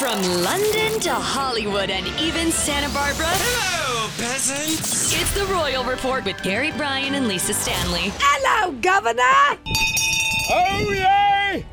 From London to Hollywood and even Santa Barbara, Hello, peasants! it's the Royal Report with Gary Bryan and Lisa Stanley. Hello, Governor. Oh yay!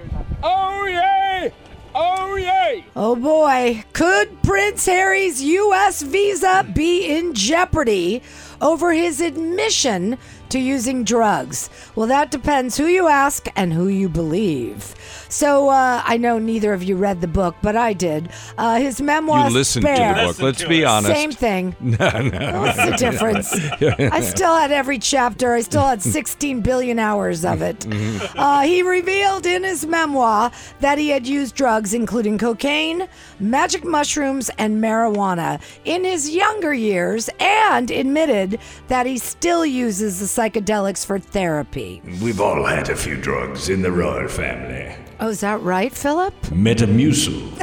Oh yay! Oh yay! Oh boy, could Prince Harry's U.S. visa be in jeopardy over his admission to using drugs? Well, that depends who you ask and who you believe. So uh, I know neither of you read the book, but I did. Uh, his memoir. You listened Spare. to the book. Let's be honest. Same thing. No, no. What's the difference? I still had every chapter. I still had 16 billion hours of it. Uh, he revealed in his memoir that he had used drugs, including cocaine, magic mushrooms, and marijuana in his younger years, and admitted that he still uses the psychedelics for therapy. We've all had a few drugs in the royal family. Oh, is that right, Philip? Metamucil.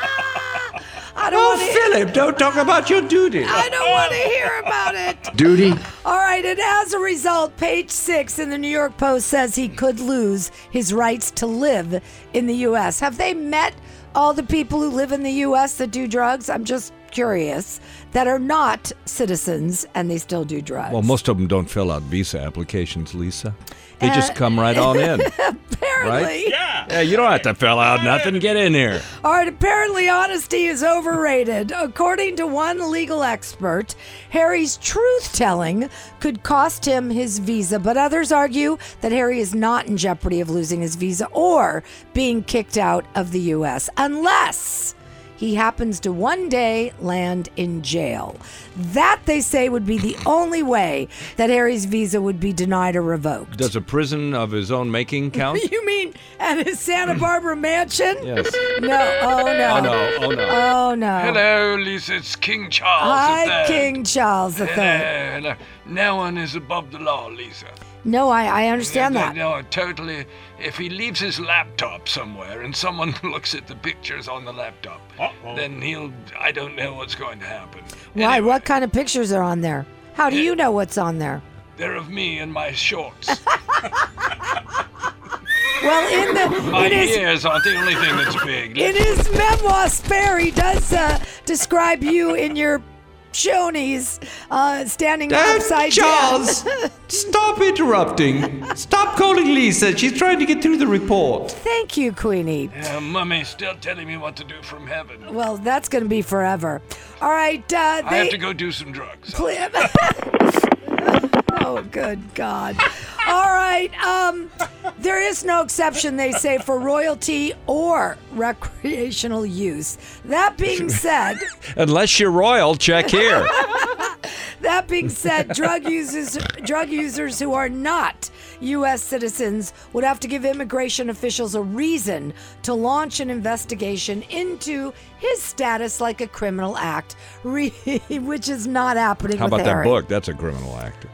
I don't want to Philip, don't talk about your duty. I don't want to hear about it. Duty? All right, and as a result, page six in the New York Post says he could lose his rights to live in the U.S. Have they met all the people who live in the U.S. that do drugs? I'm just curious that are not citizens and they still do drugs. Well, most of them don't fill out visa applications, Lisa. They Uh, just come right on in. apparently. Uh, right? Yeah, you don't have to fill out nothing. Get in here. All right, apparently honesty is overrated. According to one legal expert, Harry's truth telling could cost him his visa, but others argue that Harry is not in jeopardy of losing his visa or being kicked out of the U.S. unless he happens to one day land in jail. That, they say, would be the only way that Harry's visa would be denied or revoked. Does a prison of his own making count? you mean at his Santa Barbara mansion? yes. No, oh no. Oh no. Oh no. Oh no. Hello, Lisa. It's King Charles. Hi, III. King Charles III. Hello, hello. No one is above the law, Lisa. No, I, I understand no, that. No, totally. If he leaves his laptop somewhere and someone looks at the pictures on the laptop, then he'll. I don't know what's going to happen. Why? Anyway, What kind of pictures are on there? How do you know what's on there? They're of me and my shorts. Well, in the my in his, ears aren't the only thing that's big. in his memoir, Spare, he does uh, describe you in your chonies uh, standing upside Charles, down. stop interrupting. Stop calling Lisa. She's trying to get through the report. Thank you, Queenie. Uh, Mummy's still telling me what to do from heaven. Well, that's going to be forever. All right. Uh, I have they- to go do some drugs. Clip. oh, good God. All right. Um, there is no exception, they say, for royalty or recreational use. That being said, Unless you're royal, check here. that being said, drug users drug users who are not U.S. citizens would have to give immigration officials a reason to launch an investigation into his status like a criminal act, re- which is not happening. How with about that Harry. book? That's a criminal act.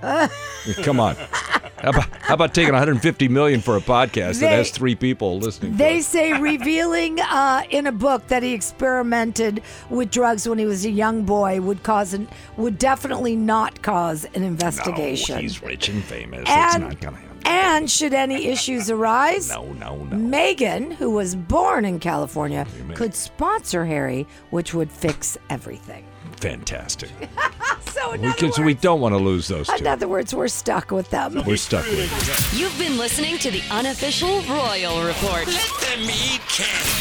Come on. How about, how about taking 150 million for a podcast that They- has three people listening? to They it? say revealing uh, in a book that he experimented with drugs when he was a young boy would cause an, would definitely not cause an investigation. Oh, he's rich and famous. it's and, not gonna happen. and should any issues arise, no, no, no. Megan, who was born in California, could sponsor Harry, which would fix everything. Fantastic. So in We other can, words, so we don't want to lose those in two. other words, we're stuck with them. We're stuck with. it. You've been listening to the unofficial Royal Report. Let them eat cake.